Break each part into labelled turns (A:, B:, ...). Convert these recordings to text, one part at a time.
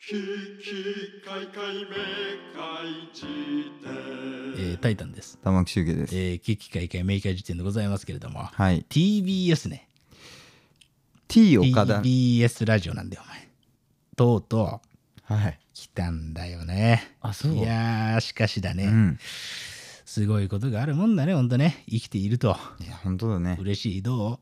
A: ききかいかいめかいじて
B: えータイタンです。
C: 玉木周家です。
B: えー、危機開会明快時点でございますけれども、
C: はい。
B: TBS ね。
C: T 岡田。
B: TBS ラジオなんだよ、お前。とうとう
C: はい。
B: 来たんだよね。
C: あそう
B: いやー、しかしだね、
C: うん。
B: すごいことがあるもんだね、ほんとね。生きていると。
C: いや、本当だね。
B: 嬉しい、ど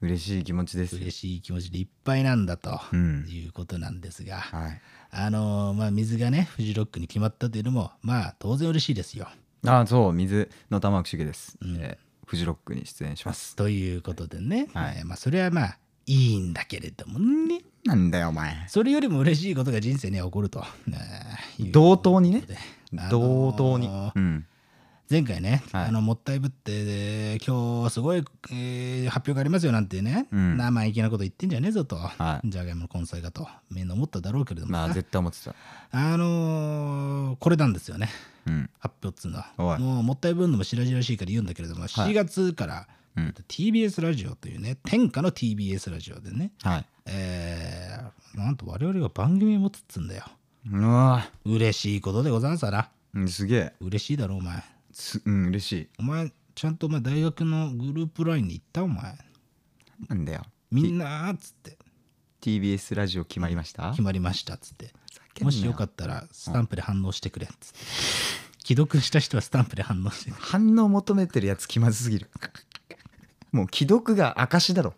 C: 嬉しい気持ちです
B: う。嬉しい気持ちでいっぱいなんだと。
C: うん。
B: いうことなんですが、
C: はい。
B: あのーまあ、水がね、フジロックに決まったというのも、まあ、当然嬉しいですよ。
C: あ、そう、水の玉木周家です。
B: うん
C: えーフジロックに出演します。
B: ということでね、
C: はい
B: えーまあ、それはまあいいんだけれどもね
C: なんだよ、お前。
B: それよりも嬉しいことが人生には起こると。ねいう
C: 同等にね。
B: あのー
C: 同等に。うん。
B: 前回ね、
C: はい
B: あのもったいぶって、えー今日すごい、えー発表がありますよなんてね、
C: うん
B: 生意気なこと言ってんじゃねえぞと、
C: はい
B: じゃがいもの根菜がと、みんな思っただろうけれども、
C: ま あ、
B: あ、
C: 絶対思ってた。
B: のーこれなんですよね、
C: うん。
B: 発表っつうのは。
C: おい
B: もうもったいぶんのも白々しいから言うんだけれども、7月から、
C: うん
B: TBS ラジオというね、天下の TBS ラジオでね、
C: はい。
B: えーなんと我々が番組を持つっつうんだよ。
C: うわ
B: 嬉しいことでござんさら。
C: ーうんすげえ。
B: 嬉しいだろ、お前。
C: すうん、嬉しい。
B: お前、ちゃんとお前大学のグループラインに行ったお前。
C: なんだよ。
B: みんなーっつって
C: TBS ラジオ決まりました
B: 決まりましたっつって。
C: けんな
B: もしよかったらスタンプで反応してくれっつって。既読した人はスタンプで反応してくれ。
C: 反応求めてるやつ気まずすぎる。 もう既読が証だろ。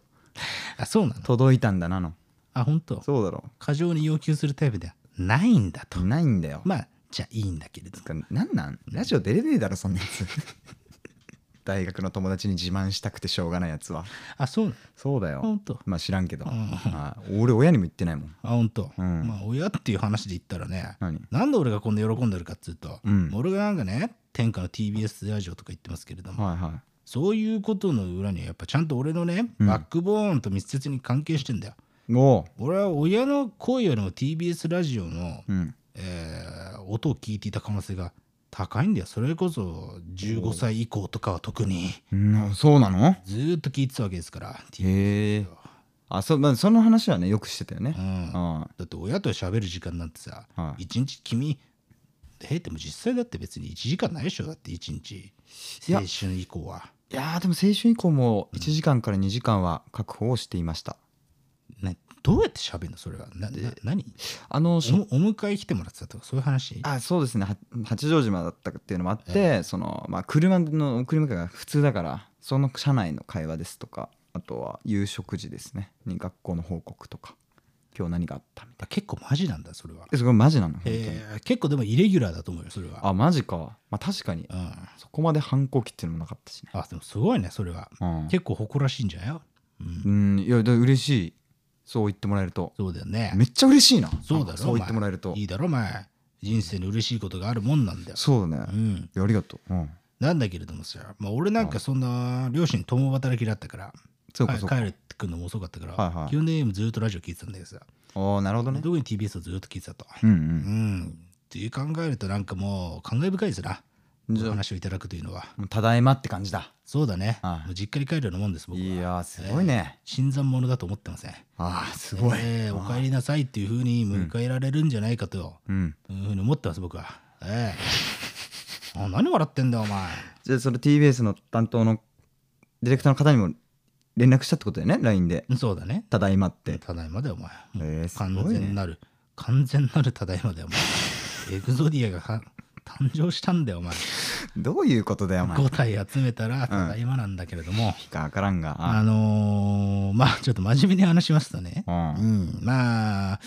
B: あ、そうなの
C: 届いたんだなの。
B: あ、本当。
C: そうだろ。
B: 過剰に要求するタイプではないんだと。
C: ないんだよ。
B: まあ、じゃあいいんだけれども。
C: つうかなんなんラジオ出れねえだろそんなやつ 大学の友達に自慢したくてしょうがないやつは
B: あ、そうなの
C: そうだ
B: あほん
C: よ
B: と
C: まあ知らんけど、
B: ん
C: はい俺親にも言ってないもん
B: あ、ほんと。
C: うん
B: まあ、親っていう話で言ったらね、
C: 何
B: なんで俺がこんな喜んでるかっつうと、
C: うん
B: 俺がなんかね天下の TBS ラジオとか言ってますけれども、
C: はいは
B: そういうことの裏にはやっぱちゃんと俺のね、
C: うん
B: バックボーンと密接に関係してんだよ
C: いおう
B: 俺は親の声よりも TBS ラジオの、
C: うん
B: えー音を聞いていた可能性が高いんだよそれこそ15歳以降とかは特に
C: うんそうなの
B: ずーっと聞いてたわけですから、T
C: へえあそ,、まあ、その話はねよくしてたよ
B: う
C: ね、
B: ん、だ
C: あ
B: って親と喋る時間なんてさ、
C: あはい
B: 一日君えでも実際だって別に1時間ないでしょだって一日
C: い
B: 青
C: や
B: 春以降はい
C: やーでも青春以降も1時間から2時間は確保をしていました、
B: などうやって喋るのそれはなな何
C: あの
B: おお迎え来てもらってたとかそういう話
C: あそうですねは八丈島だったっていうのもあって、そのまあ、車の送り迎えが普通だからその車内の会話ですとかあとは夕食時ですねに学校の報告とか今日何があったみたい
B: あ結構マジなんだそれは
C: なえ、それマジなの本当に、
B: えー結構でもイレギュラーだと思うよそれは
C: あマジか、まあ、確かに
B: うん、
C: そこまで反抗期っていうのもなかったしね、
B: あでもすごいねそれは
C: うん、
B: 結構誇らしいんじゃないよ、うん、
C: うんいやだから嬉しいそう言ってもらえると
B: そうだよね
C: めっちゃ嬉しいな
B: そうだろ
C: なんかそう言ってもらえると
B: いいだろお前人生に嬉しいことがあるもんなんだよ
C: そうだね、
B: う
C: い
B: ん
C: やありがとう、うん、
B: なんだけれどもさ、まあ、俺なんかそんな両親共働きだったから
C: そうかそうか、
B: 帰帰ってくるのも遅かったから、
C: はいはい
B: 基本的にずっとラジオ聞いてたんだけどさ、
C: おーなるほどね
B: 特に TBS をずっと聞いてたと。
C: うんう
B: うんん。っていう考えるとなんかもう感慨深いですな。
C: じゃあ
B: お話をいただくというのは。
C: もうただいまって感じだ
B: そうだね。
C: はい
B: もう実家に帰るようなもんです、僕
C: い
B: は。
C: やーすごいね、
B: 新参者だと思ってません。
C: ああすごい、
B: えーお帰りなさいっていうふうに迎えられるんじゃないかと、
C: うん、
B: いうふうに思ってます、僕は。ええ あ何笑ってんだよ、お前。
C: じゃあその TBS の担当のディレクターの方にも連絡したってことだよね LINE で
B: そうだね。
C: 「ただいま」って
B: ただいまだよ、お前。もう
C: えーす
B: 完
C: ごい
B: 全
C: ね
B: なる、完全なるただいまだよ、 お前。エグゾディアがか誕生したんだよ、お前。
C: どういうことだよお前
B: 5体集めたらただいまなんだけれども、
C: か分からんがあ
B: あのーまあちょっと真面目に話しますとね、
C: うん
B: うん、まあ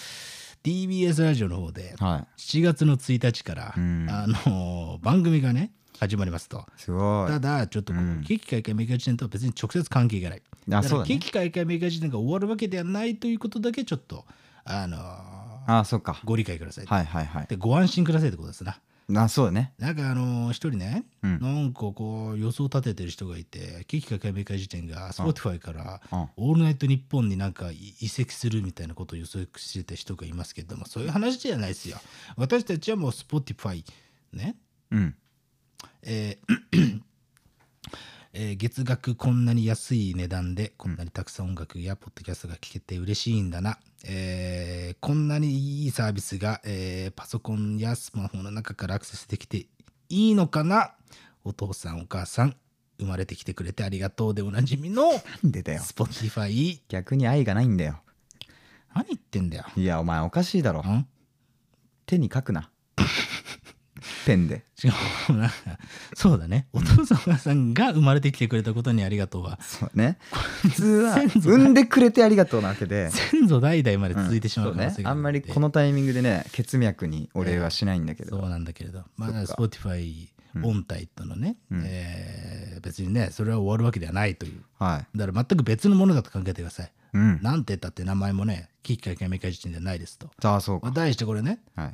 B: TBS ラジオの方で
C: は
B: 7月の1日から、
C: うん
B: あのー番組がね始まりますと。
C: いすご
B: た
C: い
B: だちょっとこう
C: うん
B: 景気開会メーカー時点とは別に直接関係がない。
C: あ
B: だ
C: そ
B: か
C: う
B: ら
C: だ
B: 景
C: ね
B: 気開会メーカー時点が終わるわけではないということだけちょっとあのー
C: あそうか
B: ご理解ください。
C: はいはいはい
B: でご安心くださいってことですな。
C: あそうだね
B: なんかあのー一人ね、
C: うん
B: なんかこう予想立ててる人がいて、景気か解明会時点が Spotify から
C: うん
B: オールナイトニッポンになんかい移籍するみたいなことを予測してた人がいますけども、そういう話じゃないですよ。私たちはもう Spotify ね、
C: うん
B: えーえー月額こんなに安い値段でこんなにたくさん音楽やポッドキャストが聴けて嬉しいんだな、えーこんなにいいサービスが、えーパソコンやスマホの中からアクセスできていいのかなお父さんお母さん生まれてきてくれてありがとうでおなじみの
C: なんでだよ
B: Spotify
C: 逆に愛がないんだよ
B: 何言ってんだよ
C: いやお前おかしいだろ
B: ん
C: 手に書くなペンで
B: 違うなそうだねお父さんお母さんが生まれてきてくれたことにありがとうは
C: そうね普通は
B: 先祖
C: 産んでくれてありがとうなわけで
B: 先祖代々まで
C: うん
B: 続いてしまう
C: そ
B: 可能
C: ね
B: 性が
C: あんまりこ
B: の
C: のタイミングでね血脈にお礼はしないんだけ
B: そう
C: ど
B: なんだけれどまあ
C: そっ
B: Spotify
C: うん
B: 音体とのね、
C: うん
B: えー別にねそれは終わるわけではないという
C: はい
B: だから全く別のものだと考えてください、
C: うん
B: なんて言ったって名前もね危機解決明快時点ではないですと、
C: ああそう
B: まあ
C: か
B: 題してこれね
C: はい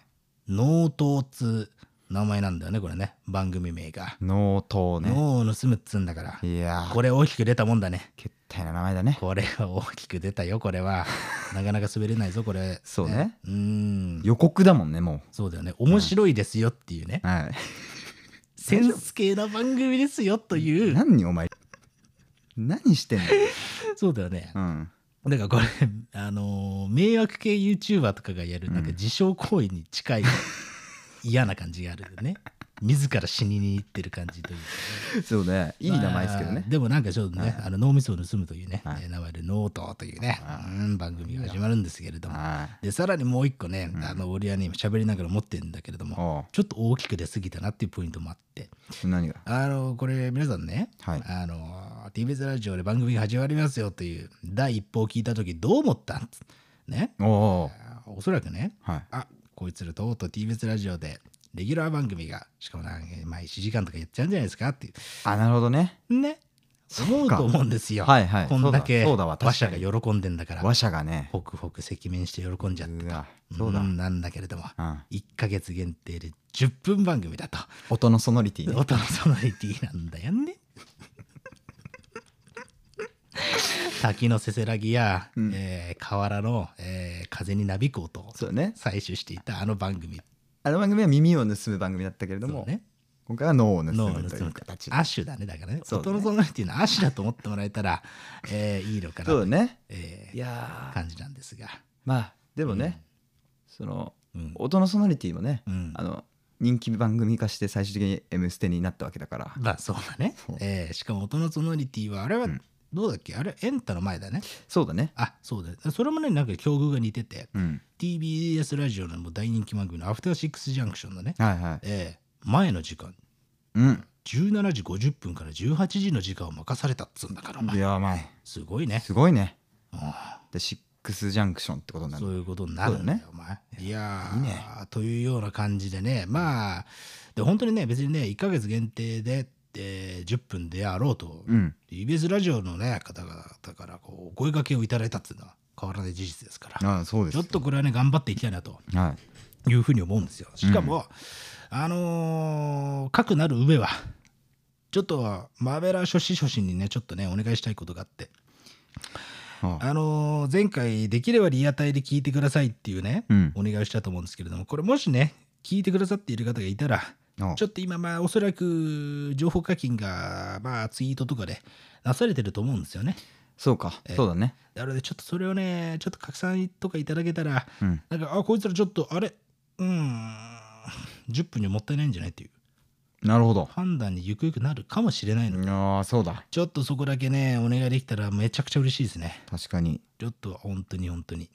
B: 脳頭つ名前なんだよねこれね番組名が、
C: 脳刀ね
B: 脳を盗むっつうんだから
C: いやー
B: これ大きく出たもんだね
C: けったいな名前だね
B: これは大きく出たよこれはなかなか滑れないぞこれ
C: そうね
B: うーん
C: 予告だもんねも
B: そうだよね面白いですよっていうね、
C: うはい
B: センス系な番組ですよという
C: 何お前何してんの
B: そうだよね
C: う、ん
B: だからこれあのー迷惑系 YouTuber とかがやるなんか自傷行為に近い嫌な感じがあるよね自ら死にに行ってる感じというか
C: そうねいい名前ですけどね
B: まあでもなんかちょっとね、あの脳みそを盗むというね、
C: はい
B: えー名前で「ノート」というね、うん番組が始まるんですけれども
C: はい
B: でさらにもう一個ね、あの俺はね今喋りながら持ってるんだけれども
C: お
B: ちょっと大きく出過ぎたなっていうポイントもあって
C: う何が
B: あのこれ皆さんね、
C: はい
B: あの TBS ラジオで番組が始まりますよという第一報を聞いた時どう思ったんつね
C: おお
B: あおそらくね
C: はい
B: あこいつらとうとう TBS ラジオでレギュラー番組がしかもなんか毎1時間とかやっちゃうんじゃないですかってい
C: あなるほどね
B: うね
C: そうか
B: 思うと思うんですよ、
C: はいはい
B: こんだけ
C: そうだそうだわ
B: 話者
C: 確か
B: が喜んでんだから
C: 話者がね
B: ホクホク赤面して喜んじゃって
C: う
B: た
C: わそうだ
B: んなんだけれども
C: うん
B: 1ヶ月限定で10分番組だと
C: 音のソノリティね
B: 音のソノリティなんだよ ね滝のせせらぎや、
C: うん
B: えー河原の、えー風になびく音を
C: そうね
B: 採取していたあの番組
C: あの番組は耳を盗む番組だったけれど
B: の
C: も
B: ね
C: 今回は脳を盗
B: 脳の
C: むと
B: 盗
C: い
B: む
C: う形で
B: 亜種だねだからね
C: そうだ
B: 音
C: ね
B: のソノリティの亜種だと思ってもらえたら、え ーいいのかな
C: そう
B: と
C: だね
B: えー
C: いやー
B: 感じなんですが、
C: まあでもねその
B: うん
C: 音のソノリティもね
B: うん
C: あの人気番組化して最終的に「M ステ」になったわけだから
B: まあそうだね
C: そう、
B: えーしかも音のソノリティはあれは
C: うん
B: どうだっけ、あれエンタの前だね
C: そうだね
B: あそうだそれもねなんか境遇が似てて
C: うん
B: TBS ラジオのもう大人気番組の「アフターシックスジャンクション」のね、
C: はいはい
B: えー前の時間
C: うん
B: 17時50分から18時の時間を任されたっつうんだからお
C: い
B: 前
C: やお前
B: すごいね
C: すごいね
B: あ
C: でシックスジャンクションってことに
B: あ
C: な
B: そう
C: る
B: いうことになるんだよ
C: そ
B: お前いやー
C: いいね
B: というような感じでねまあで本当にね別にね1ヶ月限定で、えー10分であろうと
C: うん
B: TBS ラジオのね方々からこうお声掛けをいただいたっていうのは変わらない事実ですから
C: ああそうです
B: ちょっとこれはね頑張っていきたいなと
C: はい
B: いうふうに思うんですよしかも、あのーかくなる上はちょっとマーベラ初心初心にねちょっとねお願いしたいことがあって
C: ああ
B: あのー前回できればリアタイで聞いてくださいっていうね、
C: うん
B: お願いしたと思うんですけれどもこれもしね聞いてくださっている方がいたら
C: ああ
B: ちょっと今まあおそらく情報課金がまあツイートとかでなされてると思うんですよね
C: そうか
B: え
C: そうだね
B: なのでちょっとそれをねちょっと拡散とかいただけたら
C: うん
B: なんかあこいつらちょっとあれうーん10分にはもったいないんじゃないっていう
C: なるほど
B: 判断にゆくゆくなるかもしれないので、
C: ああそうだ
B: ちょっとそこだけねお願いできたらめちゃくちゃ嬉しいですね
C: 確かに
B: ちょっと本当に本当に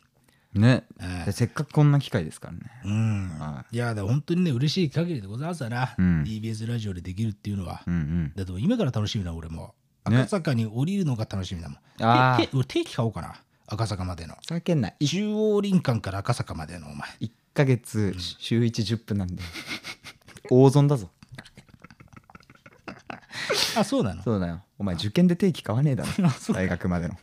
C: ね
B: ええ
C: でせっかくこんな機会ですからね
B: うん
C: はい
B: やだから本当にね嬉しい限りでございますわな、
C: うん
B: TBS ラジオでできるっていうのは、
C: うん
B: だってもう今から楽しみだ俺も
C: ね
B: 赤坂に降りるのが楽しみだもん、
C: あー
B: てて俺定期買おうかな赤坂までの
C: うん叫んない
B: 中央林間から赤坂までのお前
C: 1ヶ月週110分なんで大損だぞ
B: あそうなの
C: そうだよお前受験で定期買わねえだ ろ大学までの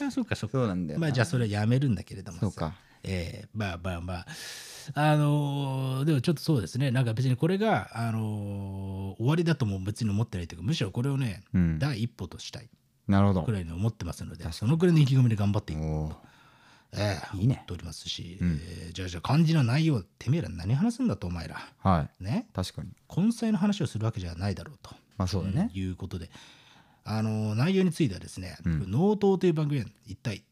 B: あそうかそうか
C: そうなんだよな
B: まあじゃあそれはやめるんだけれどもさ
C: そうか
B: ええまあまあまああのーでもちょっとそうですねなんか別にこれが、あのー終わりだとも別に思ってないというかむしろこれをね、
C: うん
B: 第一歩としたい
C: なるほど
B: くらいに思ってますのでそのくらいの意気込みで頑張っていく
C: おお
B: ええ
C: いいね
B: 思っておりますし、
C: うん
B: えーじゃあじゃあ漢字の内容てめえら何話すんだとお前ら
C: はい
B: ね
C: 確かに
B: 根菜の話をするわけじゃないだろうと
C: まあそうだね、
B: いうことであの内容についてはですね「
C: うん
B: 納刀」という番組は一体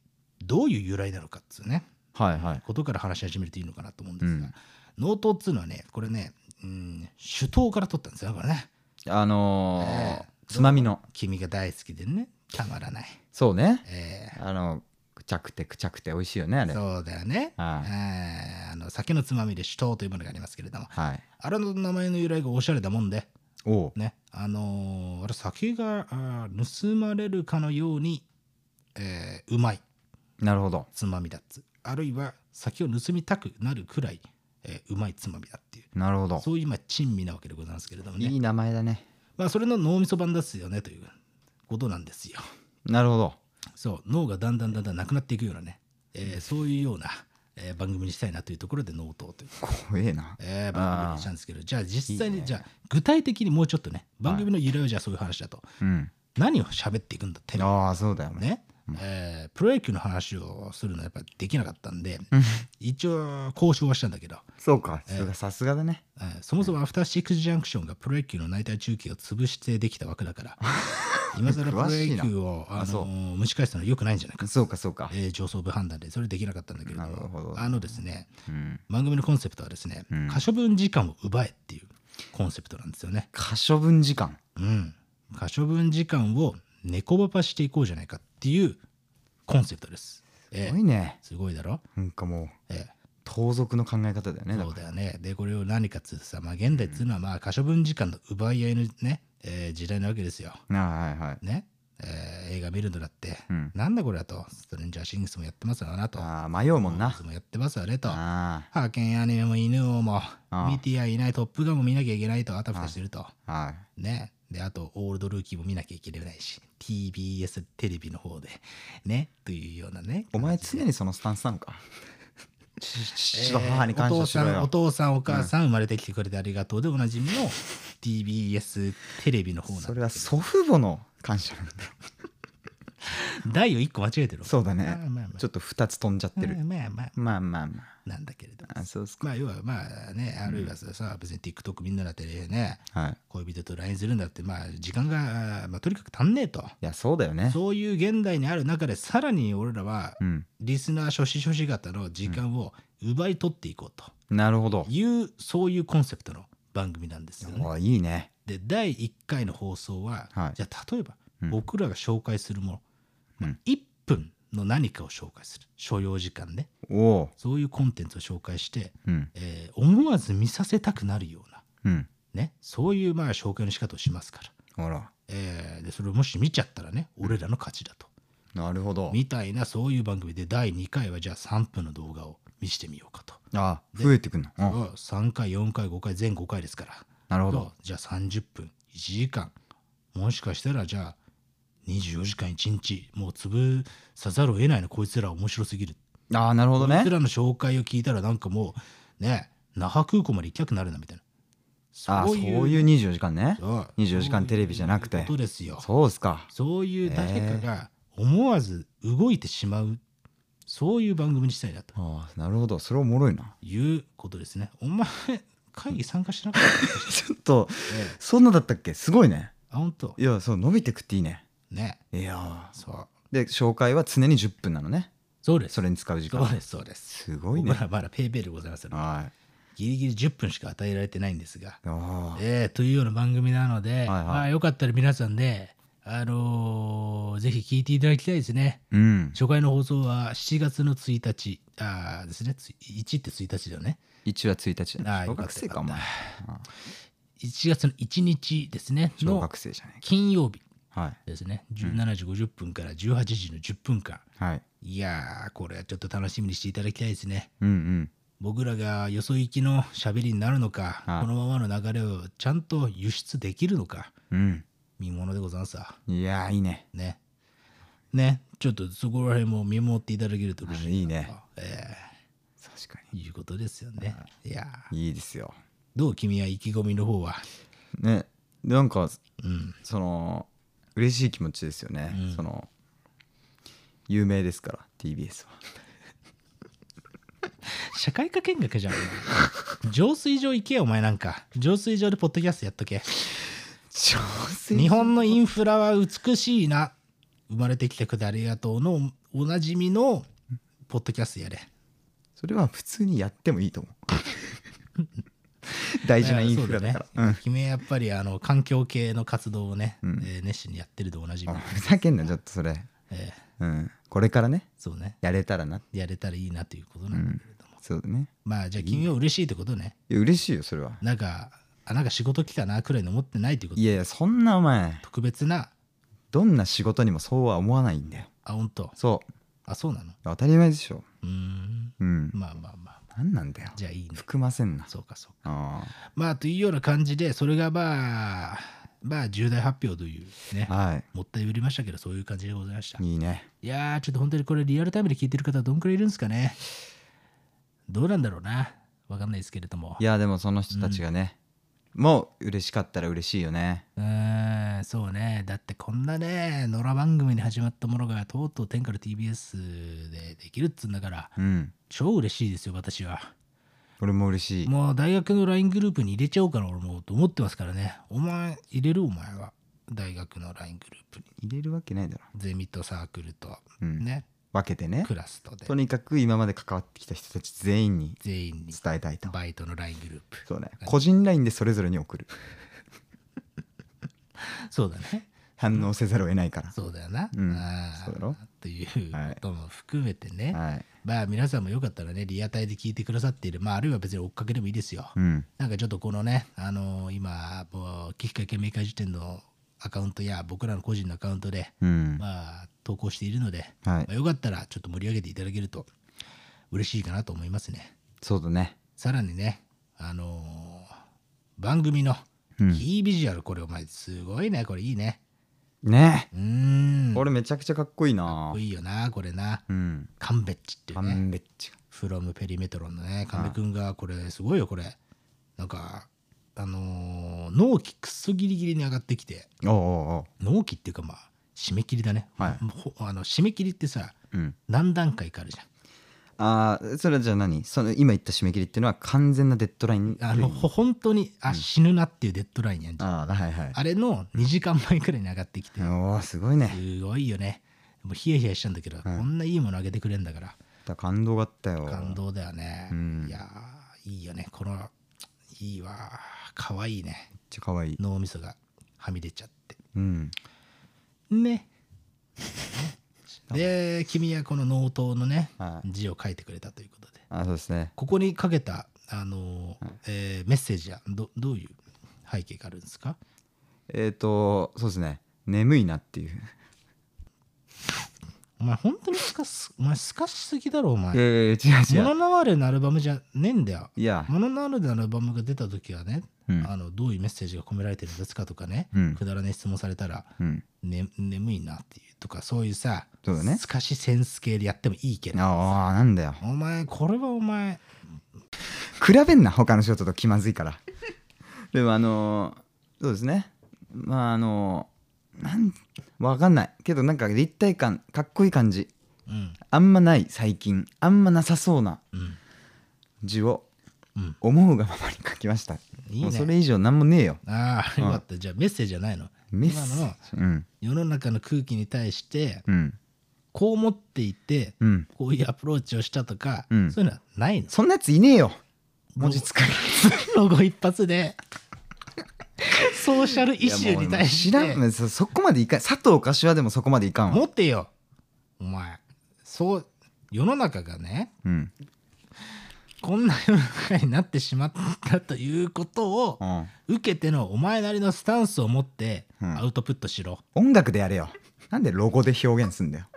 B: どういう由来なのかっていうね
C: はいはい
B: ことから話し始めるといいのかなと思うんです
C: う
B: が
C: ん
B: 納刀、っていうのはねこれね、うん、首刀から取ったんですよこれね
C: あのー
B: ええ
C: つまみの
B: 君が大好きでねたまらない、
C: そうね
B: え
C: あのくちゃくてくちゃくて美味しいよねあ
B: ー
C: れ
B: そうだよね
C: はい
B: えーあの酒のつまみで首刀というものがありますけれども
C: はい
B: あれの名前の由来がおしゃれだもんで
C: おお
B: ねあのーあれ酒があー盗まれるかのように、えーうまい
C: なるほど
B: つまみだっつあるいは酒を盗みたくなるくらい、えーうまいつまみだっていう
C: なるほど
B: そういうまあ珍味なわけでございますけれどもね
C: いい名前だね
B: まあ、それの脳みそ版ですよねということなんですよ
C: なるほど
B: そう脳がだんだんだんだんなくなっていくようなね、えーそういうような、えー番組にしたいなというところで脳頭という、
C: 怖えな
B: えー番組にしたんですけどじゃあ実際にじゃあ具体的にもうちょっとね番組の由来はじゃあそういう話だと、
C: うん
B: 何を喋っていくんだってね
C: ああそうだよね
B: ね、えープロ野球の話をするのはやっぱりできなかったんで一応交渉はしたんだけど、
C: そうかそれがさすがだね
B: えーそもそもアフターシックスジャンクションがプロ野球の内定中継を潰してできた枠だ から今更プロ
C: 詳しい
B: 野
C: な
B: 球をあの
C: あそ
B: ー蒸し返すのは良くないんじゃないか、
C: そうかそうか
B: えー上層部判断でそれできなかったんだけれど
C: なるほ
B: も
C: ど
B: あのですね
C: うん
B: 番組のコンセプトはですね、
C: うん
B: 可処分時間を奪えっていうコンセプトなんですよね。
C: 可処分時間
B: うん、可処分時間を猫ばばしていこうじゃないかっていうコンセプトです。え
C: す
B: え
C: ごいね
B: すごいだろ、
C: なんかもう
B: え
C: 盗賊の考え方だよ
B: え
C: ねだ
B: そ
C: か
B: うだよね。でこれを何かっつうとさ、まあ、現代っつうのはまあ可処分時間の奪い合いのね、えー時代なわけですよ。
C: らはいはいはい
B: ね、えー映画見るのだって、
C: うん
B: なんだこれだとストレンジャーシングスもやってますわなと。
C: ああ迷うもん
B: い
C: な
B: つもやってますわねと。
C: あ
B: 派遣アニメも犬王も
C: あ
B: 見てやいないトップガンも見なきゃいけないとあたふたしてると。
C: あはい
B: ね。で、あと、オールドルーキーも見なきゃいけないし、TBS テレビの方で、ね、というようなね。
C: お前常にそのスタンスなのかち父と
B: えー
C: 母に感謝しろ
B: お
C: よ
B: 父さん、お父さん、お母さん、生まれてきてくれてありがとうで、おなじみの TBS テレビの方な
C: そ
B: んで
C: れは祖父母の感謝なんだよ
B: 台を一個間違えてる。
C: そうだ
B: まあ
C: ね
B: まあまあ
C: ちょっと2つ飛んじゃってる
B: まあまあ、
C: まあまあま
B: なんだけれども。
C: ああそうっすか
B: まあ、要は、まあね、あるいはさ、さ別に TikTok みんなだってね、
C: はい
B: 恋人と LINE するんだって、まあ、時間が、まあ、とにかく足んねえと。
C: いやそうだよね
B: そういう現代にある中で、さらに俺らは、
C: うん
B: リスナー初心初心方の時間を奪い取っていこうと
C: なるほど
B: いう、そういうコンセプトの番組なんですよね。
C: おいいね
B: で、第1回の放送は、
C: はい
B: じゃあ、例えば、
C: うん
B: 僕らが紹介するもの、まあ
C: うん
B: 1分の何かを紹介する、所要時間ね、
C: おお
B: そういうコンテンツを紹介して、
C: ううん
B: えー思わず見させたくなるような、
C: うん
B: ね、そういうまあ紹介の仕方をしますから。
C: ほら
B: えーでそれをもし見ちゃったらね俺らの勝ちだと、
C: なるほど
B: みたいなそういう番組で第2回はじゃあ3分の動画を見せてみようかと、
C: あ増えてくんのうん
B: 3回4回5回全5回ですから
C: なるほ
B: そ
C: ど
B: うじゃあ30分1時間もしかしたらじゃあ24時間1日もう潰さざるを得ないのこいつら面白すぎる
C: ああなるほど
B: こい
C: ね
B: つらの紹介を聞いたらなんかもうね那覇空港まで行きたくなるなみたいな
C: ああそういう24時間ね
B: そう
C: 24時間テレビじゃなく
B: そうい
C: て
B: うことですよ
C: そうっすか
B: そういう誰かが思わず動いてしまう、そういう番組にしたいなと
C: ああなるほどそれおもろ いな
B: いうことですね。お前、会議参加しなかったのかし
C: ちょっと
B: らね
C: そんなだったっけすごいね
B: あ、本当
C: いやそう伸びてくっていいね
B: ね。
C: いやー
B: そう。
C: で紹介は常に10分なのね
B: そうです。
C: それに使う時
B: そう
C: 間
B: です、そうです。
C: すごい
B: 僕
C: ね
B: らまだペイペイでございますので、
C: はい
B: ギリギリ10分しか与えられてないんですが、
C: あー
B: えーというような番組なので、
C: いはい
B: まあ、よかったら皆さんで、あのーぜひ聞いていただきたいですね。
C: うん
B: 初回の放送は7月の1日、あーですね、つ1って1日だよね。
C: 1は1日
B: あー
C: 小学生かお前
B: よ
C: あ
B: 1月の1日ですね、
C: 小
B: の
C: 学生じゃねえか
B: 金曜日
C: はい
B: ですね、17時50分から18時の10分間。
C: はい
B: いやー、これはちょっと楽しみにしていただきたいですね。
C: うんうん
B: 僕らがよそ行きの喋りになるのか、
C: はい
B: このままの流れをちゃんと輸出できるのか、
C: うん
B: 見ものでございますわ。
C: いやーいいね
B: ね。ね、ちょっとそこら辺も見守っていただけると嬉しい
C: いいね
B: なと、え
C: 確か
B: ーいうことですよね。いやー
C: にいいですよ
B: どう君は意気込みの方 は。
C: ねでなんか
B: うん。
C: その嬉しい気持ちですよね、
B: うん
C: その有名ですから TBS は
B: 社会科見学じゃん。浄水場行けよ、お前なんか。浄水場でポッドキャストやっとけ。
C: 上手
B: 日本のインフラは美しいな。生まれてきてくれてありがとうのおなじみのポッドキャストやれ。
C: それは普通にやってもいいと思う 大事なインフラだから
B: そうね君はやっぱりあの環境系の活動をね、
C: うん
B: えー熱心にやってるでおなじ
C: う
B: み
C: ん、あ ふざけんなちょっとそれ、
B: え
C: うん、これからね
B: そうね
C: やれたらな
B: やれたらいいなということなんだけれども、
C: そうだね
B: まあじゃあ君は嬉しいってことね
C: いや嬉しいよそれは
B: なんかあなんか仕事来たなくらいの思ってないということ
C: いやいやそんなお前
B: 特別な
C: どんな仕事にもそうは思わないんだよ
B: あ本当
C: そう
B: あそうなの
C: 当たり前でしょ
B: うーん
C: うん
B: まあまあまあ
C: 何なんだよ
B: じゃあいいね
C: 含ませんな
B: そうかそうか
C: あ
B: まあというような感じでそれがまあまあ重大発表というね
C: あは
B: もったいぶりましたけどそういう感じでございました
C: いいいね
B: いやーちょっと本当にこれリアルタイムで聞いてる方どんくらいいるんですかねどうなんだろうなわかんないですけれども
C: いやでもその人たちがね、もう嬉しかったら嬉しいよね
B: うーんそうねだってこんなね野良番組に始まったものがとうとう天から TBS でできるっつうんだから
C: うん
B: 超嬉しいですよ私は
C: 俺も嬉しい
B: もう大学の LINE グループに入れちゃおうかな俺もうと思ってますからねお前入れるお前は大学の LINE グループに
C: 入れるわけないだろ、
B: ゼミとサークルと
C: うん
B: ね
C: 分けてね
B: クラスとで
C: とにかく今まで関わってきた人たち全員に
B: 全員に
C: 伝えたいと
B: バイトの LINE グループ
C: そうね個人ラインでそれぞれに送る
B: そうだね
C: 反応せざるを得ないから、
B: そうだよな。
C: うん
B: あー
C: そうだろ
B: という
C: はい
B: ことも含めてね、
C: はい
B: まあ皆さんもよかったらね、リアタイで聞いてくださっている、まああるいは別に追っかけでもいいですよ。
C: うん
B: なんかちょっとこのね、あのー今、もう、きっかけ明快時点のアカウントや僕らの個人のアカウントで、
C: うん、
B: まあ投稿しているので、
C: はい
B: まあよかったらちょっと盛り上げていただけると嬉しいかなと思いますね。
C: そうだね
B: さらにね、あのー番組の
C: うん
B: キービジュアル、これお前すごいね、これいいね。
C: ね
B: うーん。かっ
C: 俺めちゃくちゃかっこいいな
B: こいいよな、これな。
C: うん
B: カンベッチってい
C: カ
B: うね、
C: ンベッチ
B: フロムペリメトロンのね、神戸くんが、これ、すごいよ、これ。なんか、あのー納期くっそギリギリに上がってきて、
C: おうお
B: 納期っていうか、まあ、締め切りだね。
C: はい
B: もうほあの締め切りってさ、
C: うおううん
B: 何段階かあるじ
C: ああそれじゃあ何その今言った締め切りっていうのは完全なデッドライン
B: ゃん。あの、ほ本当に、あ、死ぬなっていうデッドラインやんじゃん。
C: あーはいはい
B: あれの2時間前くらいに上がってきて、
C: おおすごいね
B: すごいよね。もうヒヤヒヤしたんだけど、こんないいものあげてくれんだから。
C: だ感動があったよ
B: 感動だよね、
C: うん
B: いやーいいよねこのいいわ可愛いね
C: めっちゃ可愛い
B: 脳みそがはみ出ちゃって
C: うん
B: ねで君はこのノートのね、
C: はい
B: 字を書いてくれたということで
C: あそうですね
B: ここにかけた、あのーえーメッセージはどどういう背景があるんですか
C: えっ、とそうですね眠いなっていう
B: お前本当にすかすお前すかしすぎだろお
C: い
B: 前
C: やいや違う
B: 「
C: 違
B: モノ
C: う
B: ナワレ」のアルバムじゃねえんだよ
C: いや
B: 「モノナワレ」のアルバムが出た時はね
C: うん
B: あのどういうメッセージが込められてるんですかとかね、
C: うん
B: くだらない質問されたら、
C: うん
B: ね、眠いなっていうとかそういうさ
C: そうだね
B: 透かしセンス系でやってもいいけど
C: ああなんだよ
B: お前これはお前
C: 比べんな他の仕事と気まずいから でもあのーそうですねまああのーなんわかんないけどなんか立体感かっこいい感じ
B: うん
C: あんまない最近あんまなさそうな
B: うん
C: 字を
B: うん
C: 思うがままに書きました
B: いいね
C: もうそれ以上なんもねえよ
B: ああよかった、じゃあメッセージじゃないの
C: メッセ
B: 今の
C: ージうん
B: 世の中の空気に対して
C: うん
B: こう思っていて、
C: うん
B: こういうアプローチをしたとか、
C: うん
B: そういうのはないの
C: そんなやついねえよ文字使い
B: ロゴ一発 でソーシャルイシューに対し
C: いやもう知
B: て
C: らんそそこまでいかん佐藤柏でもそこまでいかんわ
B: 持ってよお前そう世の中がね
C: うん
B: こんな世の中になってしまったということを
C: うん
B: 受けてのお前なりのスタンスを持って
C: うん
B: アウトプットしろ、
C: 音楽でやれよなんでロゴで表現すんだよ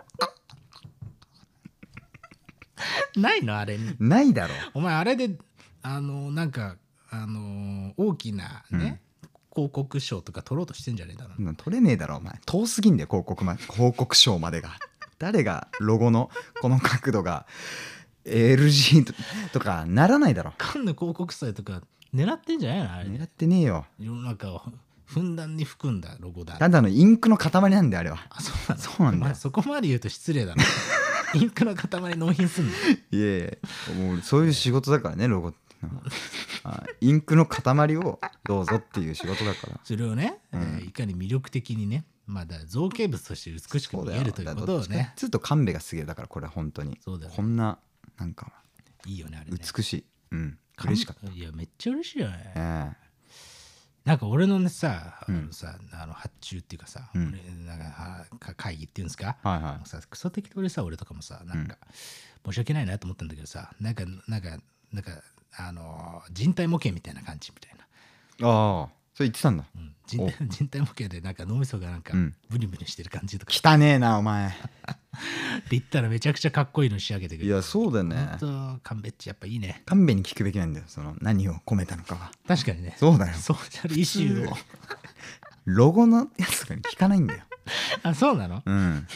B: ないのあれに
C: ないだろ
B: お前あれであのなんかあの大きなね、広告賞とか取ろうとしてんじゃねえだろ、
C: うん取れねえだろお前遠すぎんだよ広告,、ま、広告賞までが誰がロゴのこの角度が LG ととかならないだろ
B: カンヌ広告祭とか狙ってんじゃないのあれ、
C: 狙ってねえよ
B: 世の中をふんだんに含んだロゴだ
C: ただのインクの塊なんだよあれは
B: あそうなの
C: そうなんだよ
B: お前そこまで言うと失礼だなインクの塊納品すんの
C: いえいえもうそういう仕事だからねロゴっていうのは はいインクの塊をどうぞっていう仕事だから
B: それをね、
C: うん
B: えーいかに魅力的にねまあだから造形物として美しく見えるということをね
C: ずっと神戸がすげえだからこれは本当に
B: そうだよね
C: こんななんか
B: いいよねあれね
C: 美しい、うん嬉しかっ
B: いやめっちゃ嬉しいよね
C: た、え
B: なんか俺のねさあ
C: うん
B: のさ、あの発注っていうかさ、
C: うん
B: 俺なんかはか会議っていうんですか、
C: えはいは
B: さクソ適当でさ俺とかもさなんか、申し訳ないなと思ったんだけどさなんかなんかなんかあのー人体模型みたいな感じみたいな、
C: いああそれ言ってたんだ
B: うん、人体人体模型でなんか脳みそがなんか
C: うん
B: ブニブニしてる感じとか、
C: 汚ねえなお前
B: って言ったらめちゃくちゃかっこいいの仕上げてくれ
C: い
B: る
C: やそうだよね
B: 本当カンベッチやっぱいいね
C: 神戸に聞くべきなんだよその何を込めたのかは
B: 確かにね
C: そうだよ
B: ソーシャルイシューを
C: ロゴのやつとかに聞かないんだよ
B: あそうなの、
C: うん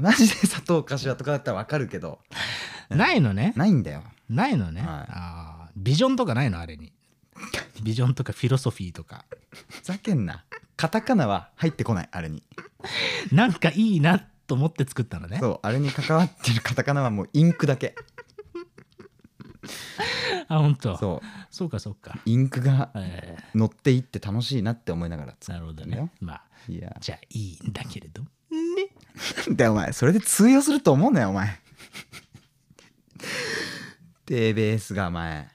C: マジで佐藤柏とかだったらわかるけど
B: ないのね
C: ないんだよ
B: ないのね、
C: はい
B: あービジョンとかないのあれにビジョンとかフィロソフィーとか
C: ふざけんなカタカナは入ってこないあれに
B: なんかいいなと思って作ったのね
C: そうあれに関わってるカタカナはもうインクだけ
B: あ本当そう
C: そう
B: かそうか、
C: インクが
B: え
C: 乗っていって楽しいなって思いながら
B: ーなるほど
C: だよ
B: ねまあ
C: いや
B: じゃあいいんだけれど
C: でお前それで通用すると思うなよお前 でベースがお前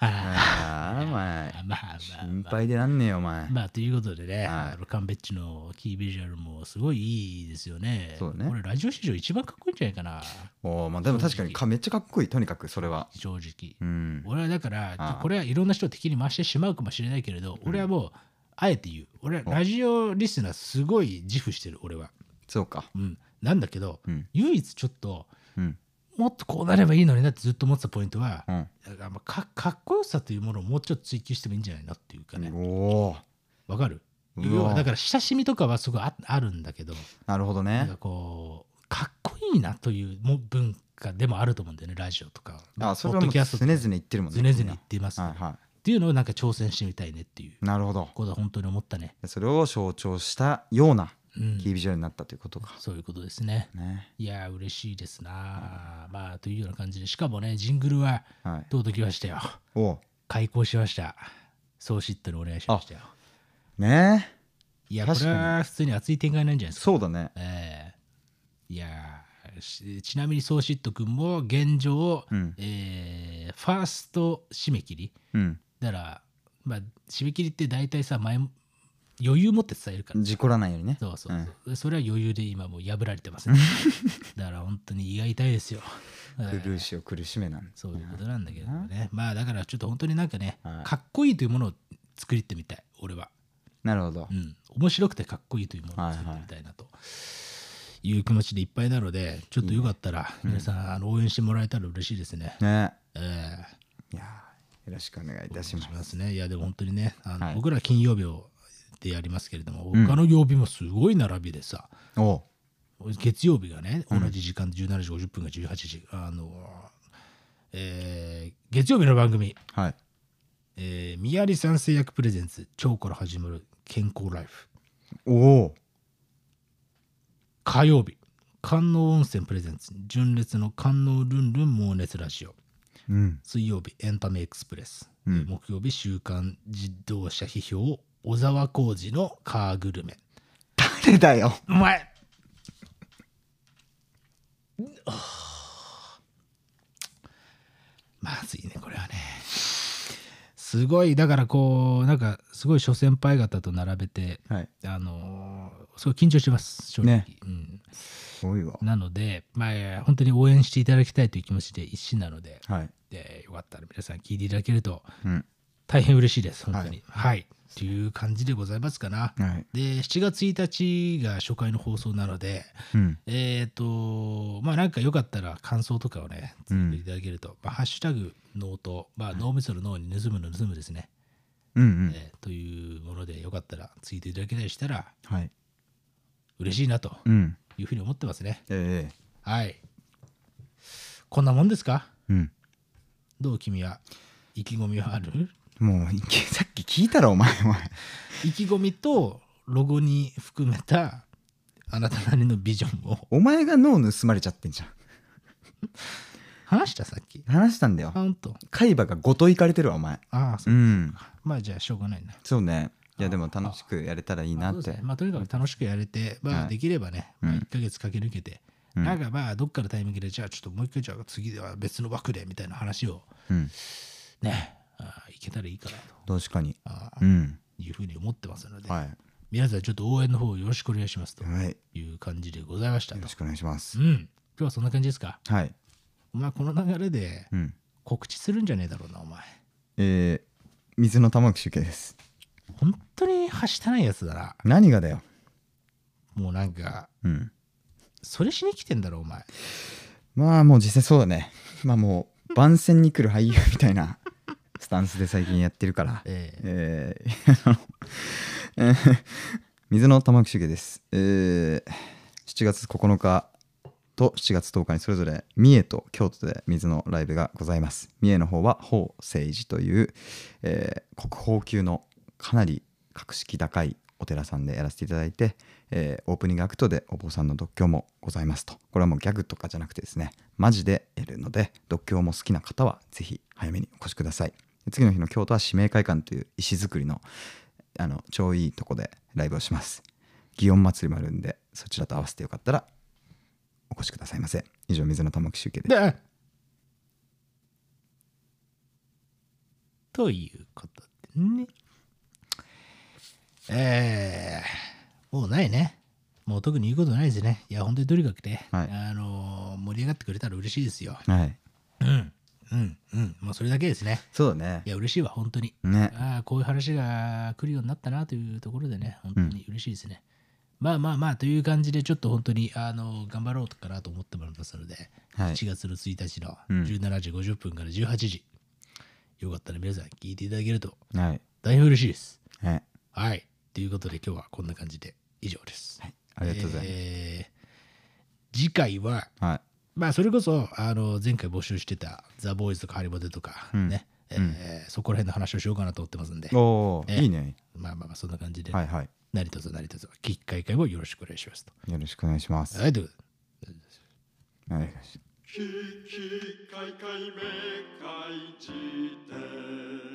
B: あ
C: ああお前
B: ーまあまあ
C: 心配でなんねえよお前
B: まあということでね、
C: はい
B: あのカンベッチのキービジュアルもすごいいいですよね。
C: そうね
B: これラジオ史上一番かっこいいんじゃないかな、
C: おーまあでも確かにかめっちゃかっこいいとにかくそれは
B: 正直。
C: うん
B: 俺はだから、
C: ああ
B: これはいろんな人を敵に回してしまうかもしれないけれど、俺はもう、あえて言う。俺はラジオリスナーすごい自負してる、俺は。
C: そうか
B: うん。なんだけど、
C: うん
B: 唯一ちょっと、
C: うん
B: もっとこうなればいいのになってずっと思ってたポイントは、
C: うん
B: だからまあかかっこよさというものをもうちょっと追求してもいいんじゃないなっていうかね。
C: おお
B: わかる
C: うわ
B: 要はだから親しみとかはすごいああるんだけど、
C: なるほど
B: なん
C: ね
B: かこうかっこいいなというも文化でもあると思うんだよねラジオとか
C: あそれ
B: ポッ
C: はも
B: ド
C: う
B: キャスト
C: 常
B: とか
C: 々言ってるもんね
B: 常々言ってますけど、
C: はいは
B: っていうのをなんか挑戦してみたいねっていう
C: いなるほど
B: ことは本当に思ったね、
C: それを象徴したような
B: うん
C: キービジュアルになったということか
B: そういうことですね
C: ね
B: いやー嬉しいですなまあというような感じでしかもねジングルは
C: はい
B: とうときましたよ
C: おお
B: 開講しましたソーシットにお願いしましたよ
C: ねえ
B: いやこ
C: 確
B: れ
C: かに
B: は普通に熱い展開なんじゃないですか
C: そうだね
B: えーいやーしちなみにソーシット君も現状、
C: うん
B: えーファースト締め切り
C: うん
B: だから、まあ、締め切りって大体さ前も余裕持って伝えるから、
C: 事故らないようにね
B: そうそう
C: うん
B: そう、それは余裕で今もう破られてます、 ね、だから本当に胃が痛いですよ、えー
C: 苦しを苦しめなんです
B: そういうことなんだけどねまあだからちょっと本当になんかね、
C: はい
B: かっこいいというものを作りってみたい俺は。
C: なるほど
B: うん、面白くてかっこいいというものを作ってみたいなという気持ちでいっぱいなので、ちょっとよかったら皆さんあの応援してもらえたら嬉しいですね。
C: ね
B: ええ
C: いやーよろしくお願いいたしま
B: し
C: す
B: ますね。いやでも本当にね、あの
C: はい
B: 僕ら金曜日をでやりますけれども、他の曜日もすごい並びでさ、
C: おお
B: 月曜日がね、同じ時間で17時50分が18時、あのえー月曜日の番組、
C: はい
B: えー、宮里さん製薬プレゼンツ、腸から始まる健康ライフ。
C: おお
B: 火曜日観音温泉プレゼンツ純烈の観音ルンルン猛烈ラジオ
C: うん
B: 水曜日エンタメエクスプレス、
C: うん
B: えー木曜日週刊自動車批評小沢浩二のカーグルメ
C: 誰だよ
B: うまいまずいねこれはねすごいだからこうなんかすごい諸先輩方と並べて
C: はい
B: あのーすごい緊張してます正直、
C: ね
B: うん、
C: すごいわ
B: なので、まあいや、本当に応援していただきたいという気持ちで一心なので、
C: はい
B: でよかったら皆さん聞いていただけると
C: うん
B: 大変嬉しいです、本当に。はい。という感じでございますかな。
C: はい
B: で、7月1日が初回の放送なので、
C: うん
B: えっ、と、まあなんかよかったら感想とかをね、ツイートいただけると、まあ、ハッシュタグ脳と、まあ脳みその脳に盗むの盗むですね、
C: うんうん
B: えーというものでよかったらツイートいただけたりしたら
C: はい
B: 嬉しいなと
C: うん
B: いうふうに思ってますね。
C: ええ
B: はい。こんなもんですか
C: うん
B: どう君は意気込みはあ る
C: もういけさっき聞いたろお前お前
B: 意気込みとロゴに含めたあなたなりのビジョンを
C: お前が脳盗まれちゃってんじゃん
B: 話したさっき
C: 話したんだよ
B: あほんと
C: 海馬がごといかれてるわお前
B: ああそうう、
C: ん
B: まあじゃあしょうがないな
C: そうねいやでも楽しくやれたらいいな
B: そう
C: っ
B: です
C: て
B: ねまあ、とにかく楽しくやれて、ま
C: は
B: あ、
C: い
B: できればね、
C: うん
B: まあ1ヶ月駆け抜けて、
C: うん
B: なんかまあ、どっかのタイミングで、じゃあちょっともう一回、じゃあ次では別の枠でみたいな話を
C: うん
B: ね、あーいけたらいいかなと
C: 確かに
B: あー
C: うん
B: いうふうに思ってますので、
C: はい
B: 皆さんちょっと応援の方よろしくお願いしますと
C: はいよ
B: いう感じでございましたと
C: ろし。くお願いしま
B: う
C: す
B: ん。今日はそんな感じですか
C: はい
B: お前この流れで
C: うん
B: 告知するんじゃねえだろうな、お前。
C: えー水の玉木集計です
B: 本当にはしたないやつだな。
C: 何がだよ
B: もうなんか、
C: うん
B: それしに来てんだろ、お前。
C: まあもう実際そうだねまあもう番宣に来る俳優みたいなスタンスで最近やってるから
B: ええ
C: えーあのえー 水の玉木茂です、えー7月9日と7月10日にそれぞれ三重と京都で水のライブがございます三重の方は法政寺という、えー国宝級のかなり格式高いお寺さんでやらせていただいて、えーオープニングアクトでお坊さんの独居もございますとこれはもうギャグとかじゃなくてですねマジでやるので独居も好きな方はぜひ早めにお越しください次の日の京都は指名会館という石造りのあの超いいとこでライブをします祇園祭りもあるんでそちらと合わせてよかったらお越しくださいませ以上水の玉木集計です
B: でということでね。えー、もうないね。もう特に言うことないですね。いや、本当にとにかくね、
C: はい
B: あのー盛り上がってくれたら嬉しいですよ。
C: はい
B: うん、うん、うん。もうそれだけですね。
C: そうだね
B: いや、嬉しいわ、本当に。
C: ね
B: ああ、こういう話が来るようになったなというところでね、本当に嬉しいですね。まあまあまあ、という感じで、ちょっと本当に、あの、頑張ろうかなと思ってもらいますので、
C: はい
B: 1月の1日の
C: うん
B: 17時50分から18時、よかったら皆さん聞いていただけると、
C: はい
B: 大変嬉しいです。
C: はい
B: はい。ということで、今日はこんな感じで以上です。
C: ありがとうございます、
B: えー次回は、
C: はい
B: まあそれこそあの前回募集してた「ザ・ボーイズ」とか「ハリボテ」とか
C: うん
B: ね、えーそこら辺の話をしようかなと思ってますんで、
C: おお、
B: ええ
C: いいね
B: まあまあまあそんな感じで、
C: はいはい
B: 何卒何卒きっかけをよろしくお願いしますと。
C: よろしくお願いします、
B: はいということで
C: お願いします
A: ひきかいかいめかいじて